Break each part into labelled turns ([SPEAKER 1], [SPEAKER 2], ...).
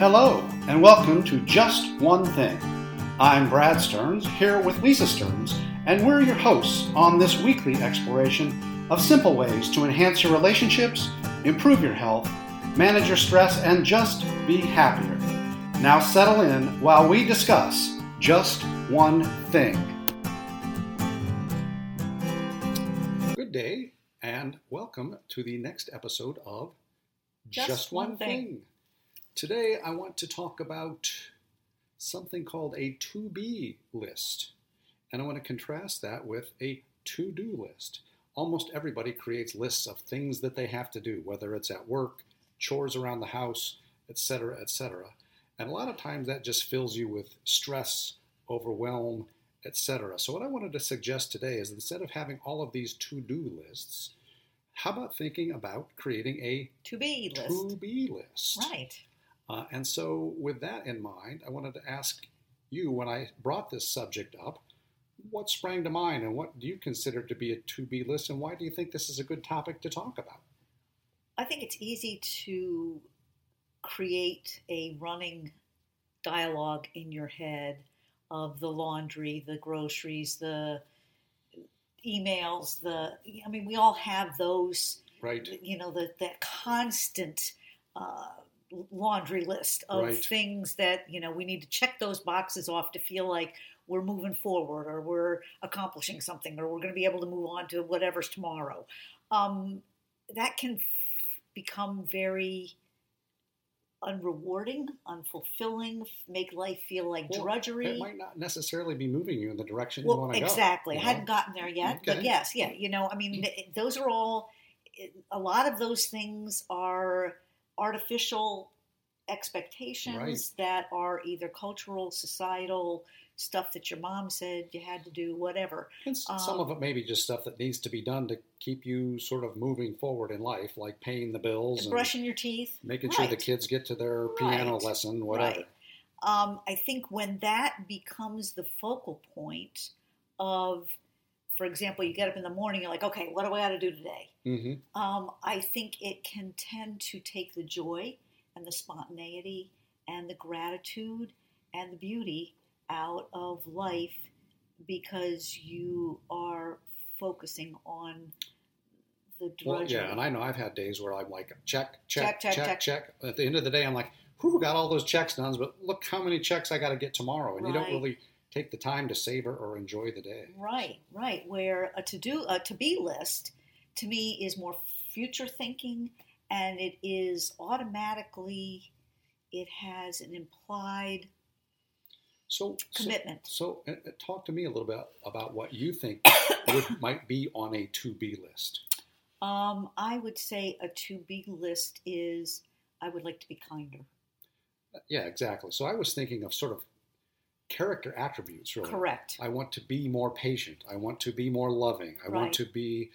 [SPEAKER 1] Hello, and welcome to Just One Thing. I'm Brad Stearns, here with Lisa Stearns, and we're your hosts on this weekly exploration of simple ways to enhance your relationships, improve your health, manage your stress, and just be happier. Now settle in while we discuss Just One Thing. Good day, and welcome to the next episode of
[SPEAKER 2] Just One Thing.
[SPEAKER 1] Today, I want to talk about something called a to be list. And I want to contrast that with a to do list. Almost everybody creates lists of things that they have to do, whether it's at work, chores around the house, etc., etc. And a lot of times that just fills you with stress, overwhelm, etc. So what I wanted to suggest today is instead of having all of these to-do lists, how about thinking about creating a
[SPEAKER 2] To be list.
[SPEAKER 1] to-be list?
[SPEAKER 2] Right.
[SPEAKER 1] Uh, and so, with that in mind, I wanted to ask you when I brought this subject up, what sprang to mind and what do you consider to be a to be list and why do you think this is a good topic to talk about?
[SPEAKER 2] I think it's easy to create a running dialogue in your head of the laundry, the groceries, the emails, the I mean we all have those,
[SPEAKER 1] Right?
[SPEAKER 2] you know, the, that constant uh, laundry list of
[SPEAKER 1] Right.
[SPEAKER 2] things that, you know, we need to check those boxes off to feel like we're moving forward or we're accomplishing something or we're going to be able to move on to whatever's tomorrow. Um, that can f- become very unrewarding, unfulfilling, f- make life feel like
[SPEAKER 1] Well,
[SPEAKER 2] drudgery.
[SPEAKER 1] It might not necessarily be moving you in the direction you
[SPEAKER 2] Well,
[SPEAKER 1] want to
[SPEAKER 2] exactly.
[SPEAKER 1] go.
[SPEAKER 2] I hadn't gotten there yet, but
[SPEAKER 1] Okay. Mm.
[SPEAKER 2] yes, yeah. You know, I mean, th- those are all. A lot of those things are artificial expectations
[SPEAKER 1] Right.
[SPEAKER 2] that are either cultural, societal stuff that your mom said you had to do, whatever.
[SPEAKER 1] And s-
[SPEAKER 2] Um,
[SPEAKER 1] some of it may be just stuff that needs to be done to keep you sort of moving forward in life, like paying the bills and
[SPEAKER 2] Brushing your teeth.
[SPEAKER 1] making sure the
[SPEAKER 2] Right.
[SPEAKER 1] kids get to their piano
[SPEAKER 2] Right.
[SPEAKER 1] lesson, whatever.
[SPEAKER 2] Right. Um, I think when that becomes the focal point of, for example, you get up in the morning, you're like, okay, what do I got to do today?
[SPEAKER 1] hmm
[SPEAKER 2] um, I think it can tend to take the joy and the spontaneity and the gratitude and the beauty out of life because you are focusing on the
[SPEAKER 1] Well,
[SPEAKER 2] drudgery.
[SPEAKER 1] yeah, and I know I've had days where I'm like, check, check,
[SPEAKER 2] Check,
[SPEAKER 1] check,
[SPEAKER 2] check,
[SPEAKER 1] check. At the end of the day, I'm like, who got all those checks done? But look how many checks I got to get tomorrow, and you
[SPEAKER 2] Right.
[SPEAKER 1] don't really take the time to savor or enjoy the day.
[SPEAKER 2] right, right. Where a to do, a to be list, to me is more future thinking, and it is automatically, it has an implied
[SPEAKER 1] So so-
[SPEAKER 2] commitment.
[SPEAKER 1] So, uh, uh, talk to me a little bit about what you think would, might be on a to be list.
[SPEAKER 2] Um, I would say a to be list is I would like to be kinder.
[SPEAKER 1] Yeah, exactly. So I was thinking of sort of character attributes, really.
[SPEAKER 2] Correct.
[SPEAKER 1] I want to be more patient. I want to be more loving. I
[SPEAKER 2] Right.
[SPEAKER 1] want to be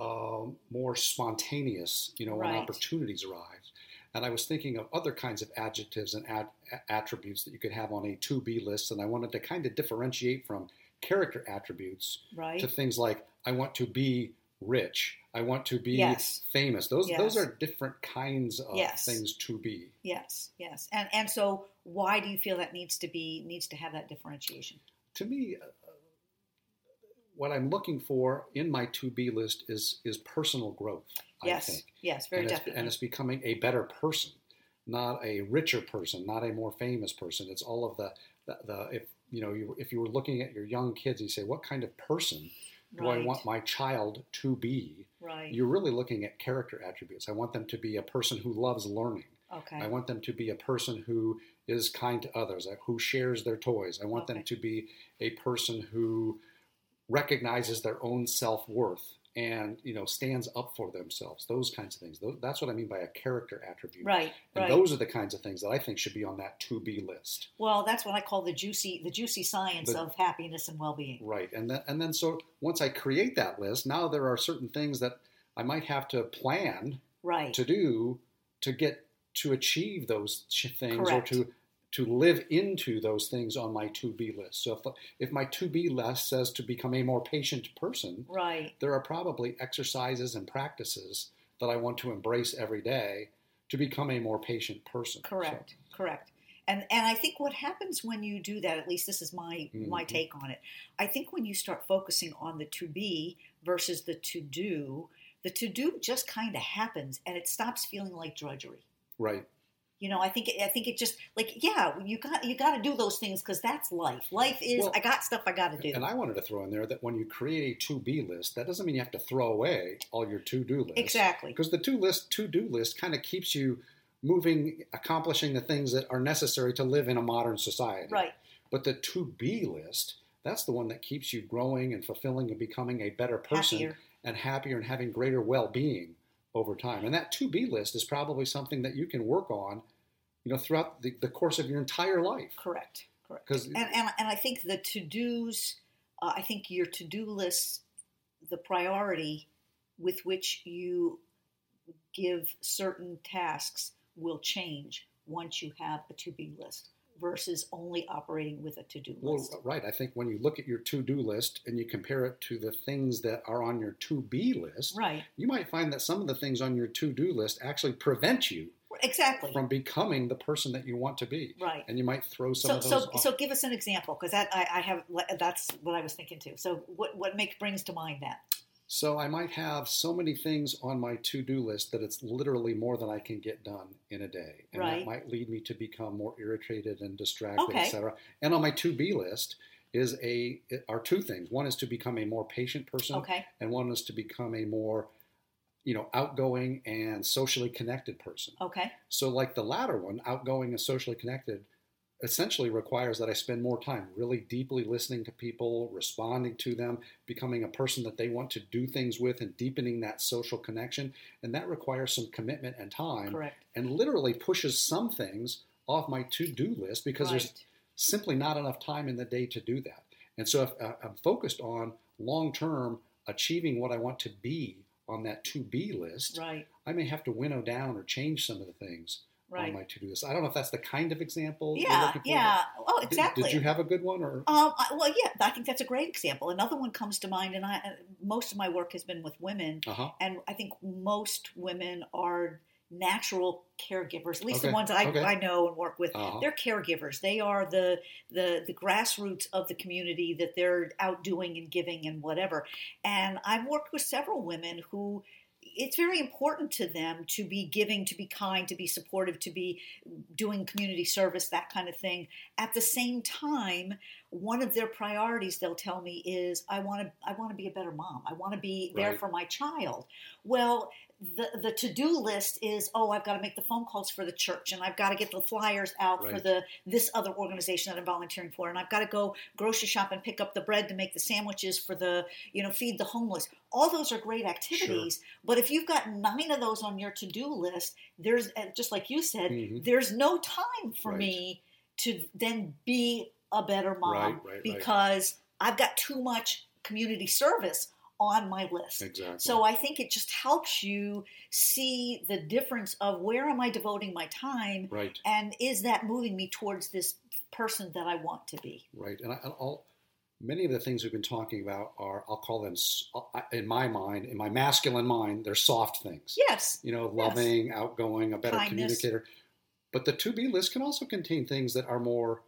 [SPEAKER 1] um, more spontaneous, you know, when
[SPEAKER 2] Right.
[SPEAKER 1] opportunities arise. And I was thinking of other kinds of adjectives and ad- a- attributes that you could have on a to be list. And I wanted to kind of differentiate from character attributes
[SPEAKER 2] Right.
[SPEAKER 1] to things like I want to be rich. I want to be
[SPEAKER 2] Yes.
[SPEAKER 1] famous. Those
[SPEAKER 2] Yes.
[SPEAKER 1] those are different kinds of
[SPEAKER 2] Yes.
[SPEAKER 1] things to be.
[SPEAKER 2] Yes. Yes. And and so why do you feel that needs to be needs to have that differentiation?
[SPEAKER 1] to me, uh, what I'm looking for in my to be list is is personal growth.
[SPEAKER 2] Yes.
[SPEAKER 1] I think,
[SPEAKER 2] Yes. Very
[SPEAKER 1] and, it's,
[SPEAKER 2] definitely.
[SPEAKER 1] and it's becoming a better person, not a richer person, not a more famous person. It's all of the the, the if you know you, if you were looking at your young kids and you say what kind of person do
[SPEAKER 2] right.
[SPEAKER 1] I want my child to be?
[SPEAKER 2] right.
[SPEAKER 1] You're really looking at character attributes. I want them to be a person who loves learning.
[SPEAKER 2] okay.
[SPEAKER 1] I want them to be a person who is kind to others, like, who shares their toys. I want them
[SPEAKER 2] Okay.
[SPEAKER 1] to be a person who recognizes their own self worth and you know stands up for themselves. Those kinds of things. Tho- That's what I mean by a character attribute.
[SPEAKER 2] right.
[SPEAKER 1] And
[SPEAKER 2] Right.
[SPEAKER 1] those are the kinds of things that I think should be on that to be list.
[SPEAKER 2] well, that's what I call the juicy the juicy science
[SPEAKER 1] The-
[SPEAKER 2] of happiness and well being.
[SPEAKER 1] Right. And then and then so once I create that list, now there are certain things that I might have to plan
[SPEAKER 2] Right.
[SPEAKER 1] to do to get to achieve those ch- things
[SPEAKER 2] Correct.
[SPEAKER 1] or to to live into those things on my to be list. So if if my to be list says to become a more patient person,
[SPEAKER 2] right.
[SPEAKER 1] there are probably exercises and practices that I want to embrace every day to become a more patient person. So,
[SPEAKER 2] Correct. Correct. And and I think what happens when you do that, at least this is my my
[SPEAKER 1] Mhm.
[SPEAKER 2] take on it. I think when you start focusing on the to be versus the to do, the to do just kind of happens, and it stops feeling like drudgery.
[SPEAKER 1] right.
[SPEAKER 2] You know, I think it, I think it just like yeah, you got you got to do those things because that's life. Life is
[SPEAKER 1] Well,
[SPEAKER 2] I got stuff I got to do.
[SPEAKER 1] And I wanted to throw in there that when you create a to be list, that doesn't mean you have to throw away all your to do lists.
[SPEAKER 2] exactly.
[SPEAKER 1] Because the to list to do list kind of keeps you moving, accomplishing the things that are necessary to live in a modern society.
[SPEAKER 2] Right.
[SPEAKER 1] But the to be list, that's the one that keeps you growing and fulfilling and becoming a better person
[SPEAKER 2] Happier.
[SPEAKER 1] and happier and having greater well being over time. And that to be list is probably something that you can work on, you know, throughout the, the course of your entire life.
[SPEAKER 2] Correct. Correct.
[SPEAKER 1] Because
[SPEAKER 2] and, and, and I think the to dos, uh, I think your to do list, the priority with which you give certain tasks will change once you have a to be list versus only operating with a to do
[SPEAKER 1] well,
[SPEAKER 2] list.
[SPEAKER 1] right, I think when you look at your to do list and you compare it to the things that are on your to be list,
[SPEAKER 2] right.
[SPEAKER 1] you might find that some of the things on your to do list actually prevent you
[SPEAKER 2] Exactly.
[SPEAKER 1] from becoming the person that you want to be.
[SPEAKER 2] Right.
[SPEAKER 1] And you might throw some
[SPEAKER 2] So,
[SPEAKER 1] of those
[SPEAKER 2] so,
[SPEAKER 1] off.
[SPEAKER 2] so give us an example because that I, I have that's what I was thinking too. So what what make brings to mind that?
[SPEAKER 1] So I might have so many things on my to-do list that it's literally more than I can get done in a day, and
[SPEAKER 2] Right.
[SPEAKER 1] that might lead me to become more irritated and distracted,
[SPEAKER 2] Okay.
[SPEAKER 1] etc. And on my to-be list is a are two things. One is to become a more patient person,
[SPEAKER 2] Okay.
[SPEAKER 1] and one is to become a more you know outgoing and socially connected person.
[SPEAKER 2] Okay.
[SPEAKER 1] So like the latter one, outgoing and socially connected, essentially requires that I spend more time really deeply listening to people, responding to them, becoming a person that they want to do things with and deepening that social connection, and that requires some commitment and time
[SPEAKER 2] Correct.
[SPEAKER 1] and literally pushes some things off my to-do list because there's
[SPEAKER 2] Right.
[SPEAKER 1] simply not enough time in the day to do that. And so if uh, I'm focused on long-term achieving what I want to be on that to-be list,
[SPEAKER 2] Right.
[SPEAKER 1] I may have to winnow down or change some of the things
[SPEAKER 2] Right.
[SPEAKER 1] on my to-do list. I don't know if that's the kind of example. you're
[SPEAKER 2] yeah.
[SPEAKER 1] looking for,
[SPEAKER 2] Yeah. Oh,
[SPEAKER 1] but Did,
[SPEAKER 2] exactly.
[SPEAKER 1] Did you have a good one, or
[SPEAKER 2] Um, I, well, yeah, I think that's a great example. Another one comes to mind, and I uh, most of my work has been with women,
[SPEAKER 1] uh-huh.
[SPEAKER 2] and I think most women are natural caregivers. At least the
[SPEAKER 1] Okay,
[SPEAKER 2] ones I,
[SPEAKER 1] okay.
[SPEAKER 2] I know and work with,
[SPEAKER 1] Uh-huh.
[SPEAKER 2] they're caregivers. They are the the the grassroots of the community that they're out doing and giving and whatever. And I've worked with several women who. It's very important to them to be giving, to be kind, to be supportive, to be doing community service, that kind of thing. At the same time, one of their priorities they'll tell me is I want to I want to be a better mom. I want to be there
[SPEAKER 1] Right.
[SPEAKER 2] for my child. Well, the the to-do list is oh, I've got to make the phone calls for the church and I've got to get the flyers out for
[SPEAKER 1] Right.
[SPEAKER 2] the this other organization that I'm volunteering for and I've got to go grocery shop and pick up the bread to make the sandwiches for the, you know, feed the homeless. All those are great activities, but if you've got 9 of those on your to-do list, there's and just like you said,
[SPEAKER 1] Mhm.
[SPEAKER 2] there's no time for
[SPEAKER 1] Right.
[SPEAKER 2] me to then be a better mom
[SPEAKER 1] Right, right, right.
[SPEAKER 2] because I've got too much community service on my list.
[SPEAKER 1] exactly?
[SPEAKER 2] So I think it just helps you see the difference of where am I devoting my time
[SPEAKER 1] right,
[SPEAKER 2] and is that moving me towards this person that I want to be?
[SPEAKER 1] right, and I, and I'll, many of the things we've been talking about are I'll call them s- uh, I- in my mind, in my masculine mind, they're soft things.
[SPEAKER 2] Yes.
[SPEAKER 1] You know, loving, outgoing, a better
[SPEAKER 2] Kindness.
[SPEAKER 1] communicator. But the to be list can also contain things that are more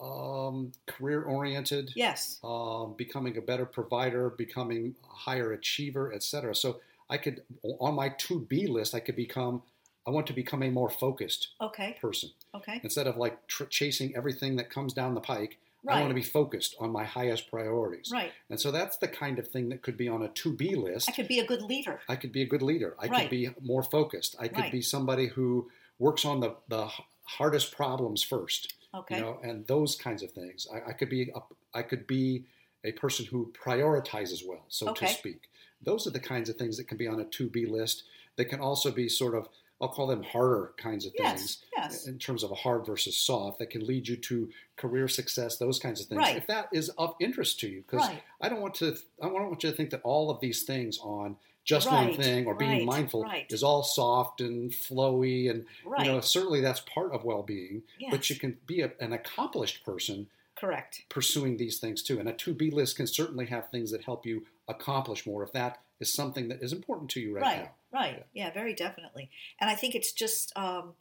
[SPEAKER 1] um, career oriented.
[SPEAKER 2] Yes.
[SPEAKER 1] um, becoming a better provider, becoming a higher achiever, etc. So I could on my to be list, I could become. I want to become a more focused
[SPEAKER 2] Okay.
[SPEAKER 1] person
[SPEAKER 2] Okay.
[SPEAKER 1] instead of like tr- chasing everything that comes down the pike. I want to be
[SPEAKER 2] Right.
[SPEAKER 1] focused on my highest priorities,
[SPEAKER 2] Right.
[SPEAKER 1] and so that's the kind of thing that could be on a to be list.
[SPEAKER 2] I could be a good leader.
[SPEAKER 1] I could be a good leader. I
[SPEAKER 2] Right.
[SPEAKER 1] could be more focused. I could
[SPEAKER 2] Right.
[SPEAKER 1] be somebody who works on the the h- hardest problems first
[SPEAKER 2] Okay.
[SPEAKER 1] you know, and those kinds of things. I, I could be a, I could be a person who prioritizes well, so
[SPEAKER 2] Okay.
[SPEAKER 1] to speak. Those are the kinds of things that can be on a to be list. They can also be sort of I'll call them harder kinds of
[SPEAKER 2] yes.
[SPEAKER 1] things
[SPEAKER 2] Yes.
[SPEAKER 1] in terms of a hard versus soft that can lead you to career success. Those kinds of things,
[SPEAKER 2] Right.
[SPEAKER 1] if that is of interest to you, because
[SPEAKER 2] Right.
[SPEAKER 1] I don't want to I don't want you to think that all of these things on just
[SPEAKER 2] Right,
[SPEAKER 1] one thing or
[SPEAKER 2] right,
[SPEAKER 1] being mindful
[SPEAKER 2] right.
[SPEAKER 1] is all soft and flowy and
[SPEAKER 2] Right.
[SPEAKER 1] you know certainly that's part of well-being
[SPEAKER 2] yes.
[SPEAKER 1] but you can be a, an accomplished person
[SPEAKER 2] Correct.
[SPEAKER 1] pursuing these things too. And a to be list can certainly have things that help you accomplish more if that is something that is important to you right,
[SPEAKER 2] right,
[SPEAKER 1] now.
[SPEAKER 2] right. Yeah. very definitely. And I think it's just, um,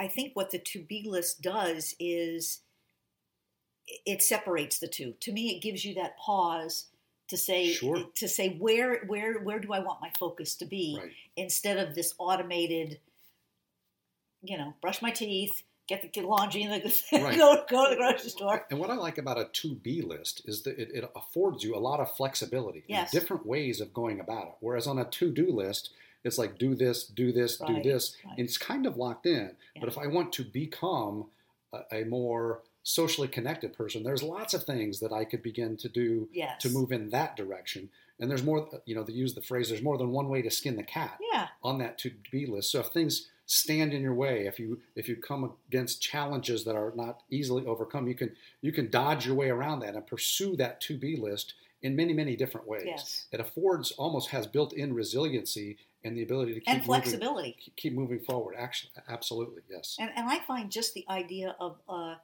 [SPEAKER 2] I think what the to be list does is it separates the two. To me, it gives you that pause to say
[SPEAKER 1] Sure.
[SPEAKER 2] to say where where where do I want my focus to be
[SPEAKER 1] Right.
[SPEAKER 2] instead of this automated, you know, brush my teeth, get the get laundry, and then
[SPEAKER 1] Right.
[SPEAKER 2] go go to the grocery store.
[SPEAKER 1] And what I like about a to be list is that it, it affords you a lot of flexibility, and
[SPEAKER 2] Yes.
[SPEAKER 1] different ways of going about it. Whereas on a to do list, it's like do this, do this, do
[SPEAKER 2] Right,
[SPEAKER 1] this.
[SPEAKER 2] right.
[SPEAKER 1] And it's kind of locked in.
[SPEAKER 2] Yeah.
[SPEAKER 1] But if I want to become a, a more socially connected person, there's lots of things that I could begin to do
[SPEAKER 2] Yes.
[SPEAKER 1] to move in that direction. And there's more, you know, they use the phrase, there's more than one way to skin the cat.
[SPEAKER 2] Yeah.
[SPEAKER 1] on that to be list. So if things stand in your way, if you if you come against challenges that are not easily overcome, you can you can dodge your way around that and pursue that to be list in many many different ways.
[SPEAKER 2] Yes.
[SPEAKER 1] It affords almost has built in resiliency and the ability to keep
[SPEAKER 2] And flexibility.
[SPEAKER 1] moving, keep moving forward. Actually, absolutely, yes.
[SPEAKER 2] And, and I find just the idea of a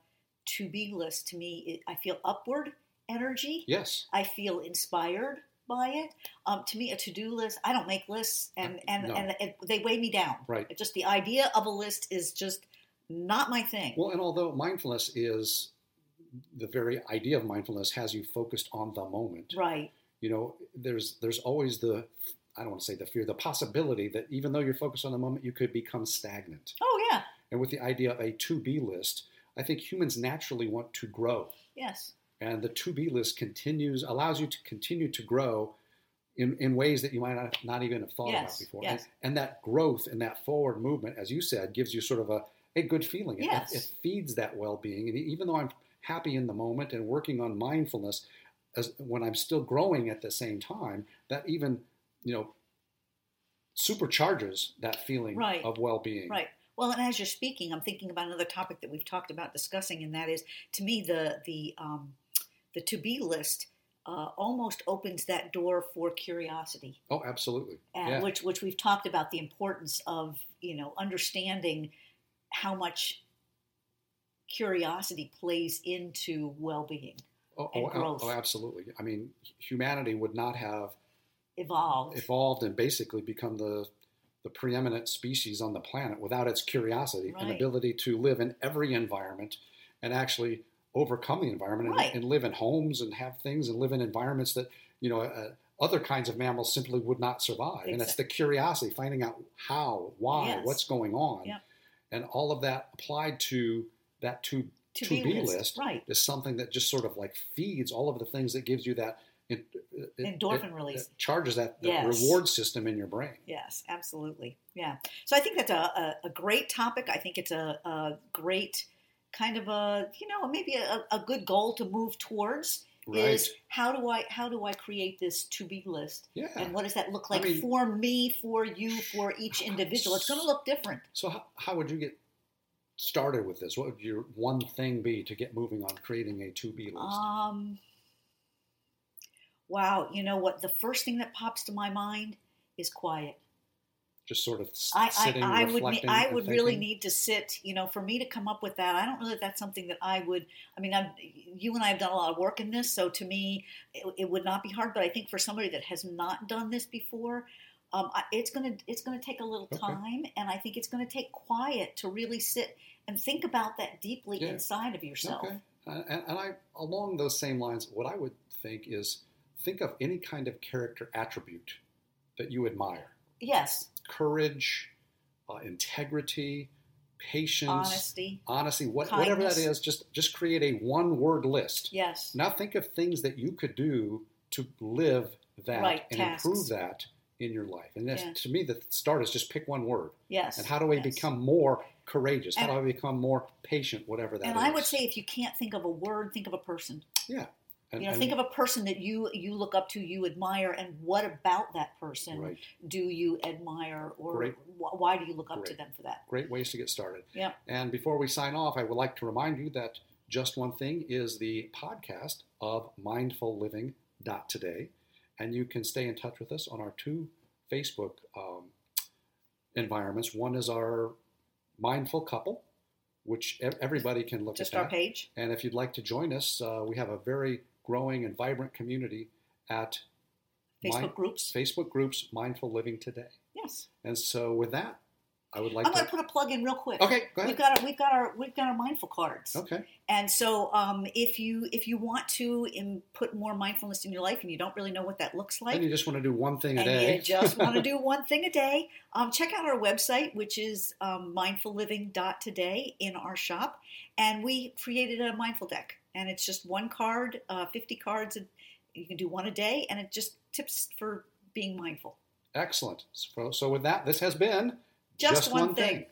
[SPEAKER 2] to be list to me, it, I feel upward energy.
[SPEAKER 1] Yes.
[SPEAKER 2] I feel inspired by it. Um, to me, a to do list, I don't make lists, and and,
[SPEAKER 1] Uh, No.
[SPEAKER 2] and it, they weigh me down.
[SPEAKER 1] Right.
[SPEAKER 2] It's Just the idea of a list is just not my thing.
[SPEAKER 1] Well, and although mindfulness is the very idea of mindfulness has you focused on the moment.
[SPEAKER 2] right.
[SPEAKER 1] you know there's there's always the i don't want to say the fear the possibility that even though you're focused on the moment you could become stagnant
[SPEAKER 2] Oh yeah.
[SPEAKER 1] and with the idea of a to be list i think humans naturally want to grow
[SPEAKER 2] Yes.
[SPEAKER 1] and the to be list continues allows you to continue to grow in, in ways that you might not, not even have thought
[SPEAKER 2] Yes,
[SPEAKER 1] about before
[SPEAKER 2] yes.
[SPEAKER 1] and, and that growth and that forward movement as you said gives you sort of a, a good feeling It-
[SPEAKER 2] Yes.
[SPEAKER 1] it, it feeds that well-being and even though i'm happy in the moment and working on mindfulness as when i'm still growing at the same time that even you know supercharges that feeling
[SPEAKER 2] Right.
[SPEAKER 1] of well-being
[SPEAKER 2] Right. Well, and as you're speaking, I'm thinking about another topic that we've talked about discussing, and that is, to me, the the um, the to be list uh, almost opens that door for curiosity.
[SPEAKER 1] oh absolutely
[SPEAKER 2] and
[SPEAKER 1] yeah
[SPEAKER 2] which which we've talked about the importance of you know understanding how much curiosity plays into well-being
[SPEAKER 1] oh,
[SPEAKER 2] and
[SPEAKER 1] oh, oh,
[SPEAKER 2] growth.
[SPEAKER 1] oh absolutely i mean humanity would not have
[SPEAKER 2] evolve
[SPEAKER 1] evolved and basically become the the preeminent species on the planet without its curiosity and
[SPEAKER 2] Right.
[SPEAKER 1] ability to live in every environment and actually overcome the environment and,
[SPEAKER 2] Right.
[SPEAKER 1] and live in homes and have things and live in environments that you know uh, other kinds of mammals simply would not survive and it's the curiosity finding out how why
[SPEAKER 2] Yes.
[SPEAKER 1] what's going on
[SPEAKER 2] Yep.
[SPEAKER 1] and all of that applied to that to
[SPEAKER 2] to,
[SPEAKER 1] to-be
[SPEAKER 2] be list,
[SPEAKER 1] list.
[SPEAKER 2] right
[SPEAKER 1] is something that just sort of like feeds all of the things that gives you that uh, it, it- it-
[SPEAKER 2] Endorphin
[SPEAKER 1] it-
[SPEAKER 2] release.
[SPEAKER 1] it charges that, that
[SPEAKER 2] Yes.
[SPEAKER 1] reward system in your brain.
[SPEAKER 2] yes absolutely yeah so i think that's a, a, a great topic i think it's a, a great kind of a you know maybe a, a good goal to move towards
[SPEAKER 1] Right.
[SPEAKER 2] is how do i how do i create this to be list
[SPEAKER 1] yeah.
[SPEAKER 2] and what does that look
[SPEAKER 1] I
[SPEAKER 2] like
[SPEAKER 1] mean-
[SPEAKER 2] for me for you for each individual it's going to look different
[SPEAKER 1] so how, how would you get started with this? What would your one thing be to get moving on creating a to be list?
[SPEAKER 2] Um, wow, you know what? The first thing that pops to my mind is quiet.
[SPEAKER 1] just sort of s-
[SPEAKER 2] I,
[SPEAKER 1] sitting,
[SPEAKER 2] I, I would, ne-
[SPEAKER 1] reflecting.
[SPEAKER 2] I
[SPEAKER 1] and
[SPEAKER 2] would really
[SPEAKER 1] thinking?
[SPEAKER 2] need to sit. You know, for me to come up with that, I don't know that that's something that I would. I mean, I'm, you and I have done a lot of work in this, so to me, it, it would not be hard. But I think for somebody that has not done this before. Um, I, it's gonna it's gonna take a little
[SPEAKER 1] Okay.
[SPEAKER 2] time, and I think it's gonna take quiet to really sit and think about that deeply
[SPEAKER 1] Yeah.
[SPEAKER 2] inside of yourself.
[SPEAKER 1] Okay. Uh, And, and I, along those same lines, what I would think is think of any kind of character attribute that you admire.
[SPEAKER 2] Yes,
[SPEAKER 1] courage, uh, integrity, patience,
[SPEAKER 2] honesty.
[SPEAKER 1] honesty, what, whatever that
[SPEAKER 2] Kindness.
[SPEAKER 1] is, just just create a one-word list.
[SPEAKER 2] Yes.
[SPEAKER 1] Now think of things that you could do to live that
[SPEAKER 2] Right,
[SPEAKER 1] and
[SPEAKER 2] tasks.
[SPEAKER 1] improve that in your life. And that's,
[SPEAKER 2] Yeah.
[SPEAKER 1] to me, the start is just pick one word.
[SPEAKER 2] Yes.
[SPEAKER 1] And how do I
[SPEAKER 2] yes.
[SPEAKER 1] become more courageous? How
[SPEAKER 2] And-
[SPEAKER 1] do I become more patient? Whatever that is.
[SPEAKER 2] And I would say if you can't think of a word, think of a person.
[SPEAKER 1] yeah. And,
[SPEAKER 2] you know,
[SPEAKER 1] and-
[SPEAKER 2] think of a person that you you look up to, you admire, and what about that person
[SPEAKER 1] right.
[SPEAKER 2] do you admire, or
[SPEAKER 1] Great.
[SPEAKER 2] wh- why do you look up to
[SPEAKER 1] Great.
[SPEAKER 2] them for that?
[SPEAKER 1] great ways to get started.
[SPEAKER 2] Yep.
[SPEAKER 1] And before we sign off, I would like to remind you that Just One Thing is the podcast of Mindful Living dot today, and you can stay in touch with us on our two Facebook um, environments. One is our Mindful Couple, which ev- everybody can look
[SPEAKER 2] Just
[SPEAKER 1] at.
[SPEAKER 2] our
[SPEAKER 1] that.
[SPEAKER 2] page.
[SPEAKER 1] And if you'd like to join us, uh, we have a very growing and vibrant community at
[SPEAKER 2] Facebook
[SPEAKER 1] Mind-
[SPEAKER 2] groups.
[SPEAKER 1] Facebook groups Mindful Living Today.
[SPEAKER 2] Yes.
[SPEAKER 1] And so with that, I would like
[SPEAKER 2] I'm going
[SPEAKER 1] to.
[SPEAKER 2] to put a plug in real quick.
[SPEAKER 1] Okay, go ahead.
[SPEAKER 2] We've got our we've got our we've got our mindful cards.
[SPEAKER 1] Okay,
[SPEAKER 2] And so, um, if you if you want to im- put more mindfulness in your life, and you don't really know what that looks like,
[SPEAKER 1] and you just want to do one thing a
[SPEAKER 2] and
[SPEAKER 1] day.
[SPEAKER 2] you just want to do one thing a day, um, check out our website, which is um, mindfulliving.today in our shop. And we created a mindful deck, and it's just one card, uh, 50 cards, and you can do one a day, and it just tips for being mindful.
[SPEAKER 1] Excellent. So, so with that, this has been
[SPEAKER 2] Just, one, thing.